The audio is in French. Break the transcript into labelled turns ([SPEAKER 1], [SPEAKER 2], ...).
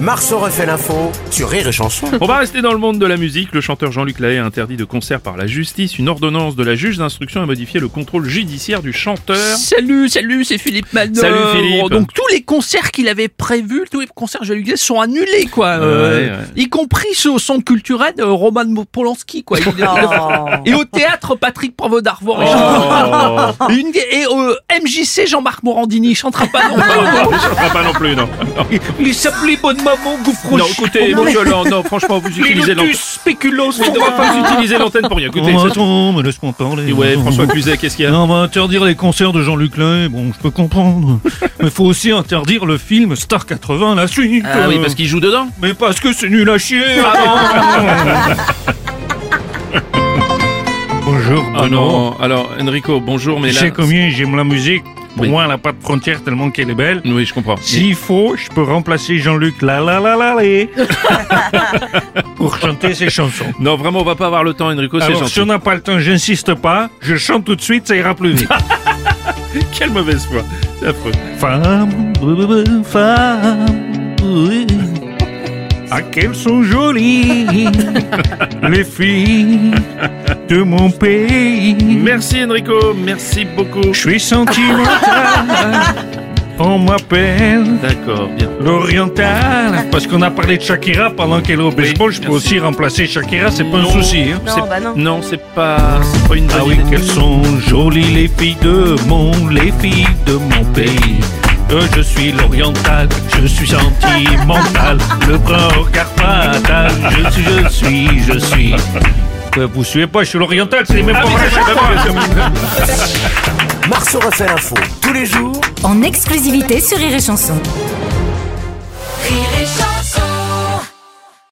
[SPEAKER 1] Marceau refait l'info sur Rire et Chanson.
[SPEAKER 2] On va rester dans le monde de la musique. Le chanteur Jean-Luc Lahaye a interdit de concert par la justice. Une ordonnance de la juge d'instruction a modifié le contrôle judiciaire du chanteur.
[SPEAKER 3] Salut, salut, c'est Philippe Manon.
[SPEAKER 2] Salut, Philippe.
[SPEAKER 3] Donc tous les concerts qu'il avait prévus, tous les concerts, je lui disais, sont annulés, quoi. Euh,
[SPEAKER 2] Ouais, ouais.
[SPEAKER 3] Y compris ceux au centre culturel de Roman Polanski, quoi. Il- Et au théâtre, Patrick Provo d'Arvor. Et,
[SPEAKER 2] Oh.
[SPEAKER 3] Une- et euh, au MJC, Jean-Marc Morandini. Il chantera pas non plus.
[SPEAKER 2] Non, je ne pas non plus, non.
[SPEAKER 3] Il s'appelait Bonne Maman, Gouffre
[SPEAKER 2] Non,
[SPEAKER 3] Rouge.
[SPEAKER 2] écoutez,
[SPEAKER 3] Non, mais-
[SPEAKER 2] monsieur Hollande, non, franchement, vous
[SPEAKER 3] Les
[SPEAKER 2] utilisez l'antenne.
[SPEAKER 3] Lotus, Spéculos,
[SPEAKER 2] On va pas utiliser l'antenne pour rien. Écoutez,
[SPEAKER 4] Oh,
[SPEAKER 2] ça-
[SPEAKER 4] attends, mais laisse-moi parler.
[SPEAKER 2] ouais,
[SPEAKER 4] Attends.
[SPEAKER 2] François Cluzet, qu'est-ce qu'il y a
[SPEAKER 4] Non, on va interdire les concerts de Jean-Luc Lahaye, bon, je peux comprendre. mais faut aussi interdire le film Star 80, la suite.
[SPEAKER 2] Ah oui,
[SPEAKER 4] euh,
[SPEAKER 2] parce qu'il joue dedans.
[SPEAKER 4] Mais parce que c'est nul à chier.
[SPEAKER 2] Ah
[SPEAKER 4] Bonjour,
[SPEAKER 2] Ah
[SPEAKER 4] Benoît.
[SPEAKER 2] non, alors Enrico, bonjour, mais
[SPEAKER 4] Tu
[SPEAKER 2] là.
[SPEAKER 4] sais combien j'aime la musique Pour
[SPEAKER 2] Oui.
[SPEAKER 4] moi, elle n'a pas de frontières tellement qu'elle est belle.
[SPEAKER 2] Oui, je comprends.
[SPEAKER 4] S'il faut, je peux remplacer Jean-Luc la la la la la pour chanter ses chansons.
[SPEAKER 2] Non, vraiment, on va pas avoir le temps, Enrico, c'est
[SPEAKER 4] Alors, si
[SPEAKER 2] gentil.
[SPEAKER 4] on n'a pas le temps, j'insiste pas, je chante tout de suite, ça ira plus vite.
[SPEAKER 2] Quelle mauvaise foi. C'est affreux.
[SPEAKER 4] Femme, euh, femme, oui. ah qu'elles sont jolies, les filles de mon pays.
[SPEAKER 2] Merci, Enrico, merci beaucoup.
[SPEAKER 4] Je suis sentimental, on m'appelle
[SPEAKER 2] D'accord, bien.
[SPEAKER 4] l'oriental. Parce qu'on a parlé de Shakira pendant qu'elle est au baseball, je peux
[SPEAKER 2] merci.
[SPEAKER 4] aussi remplacer Shakira, c'est pas un
[SPEAKER 2] Non.
[SPEAKER 4] souci. hein.
[SPEAKER 2] C'est-
[SPEAKER 5] Non, bah non.
[SPEAKER 2] Non, c'est pas, c'est pas une bonne
[SPEAKER 4] Ah oui,
[SPEAKER 2] idée.
[SPEAKER 4] qu'elles sont jolies les filles de mon, les filles de mon pays. Euh, je suis l'oriental, je suis sentimental, le bras au regard fatal, je suis, je suis, je suis. Euh, vous suivez pas, je suis l'oriental, c'est les mêmes paroles.
[SPEAKER 1] Marceau refait l'info tous les jours
[SPEAKER 6] en exclusivité sur Rire et Chanson.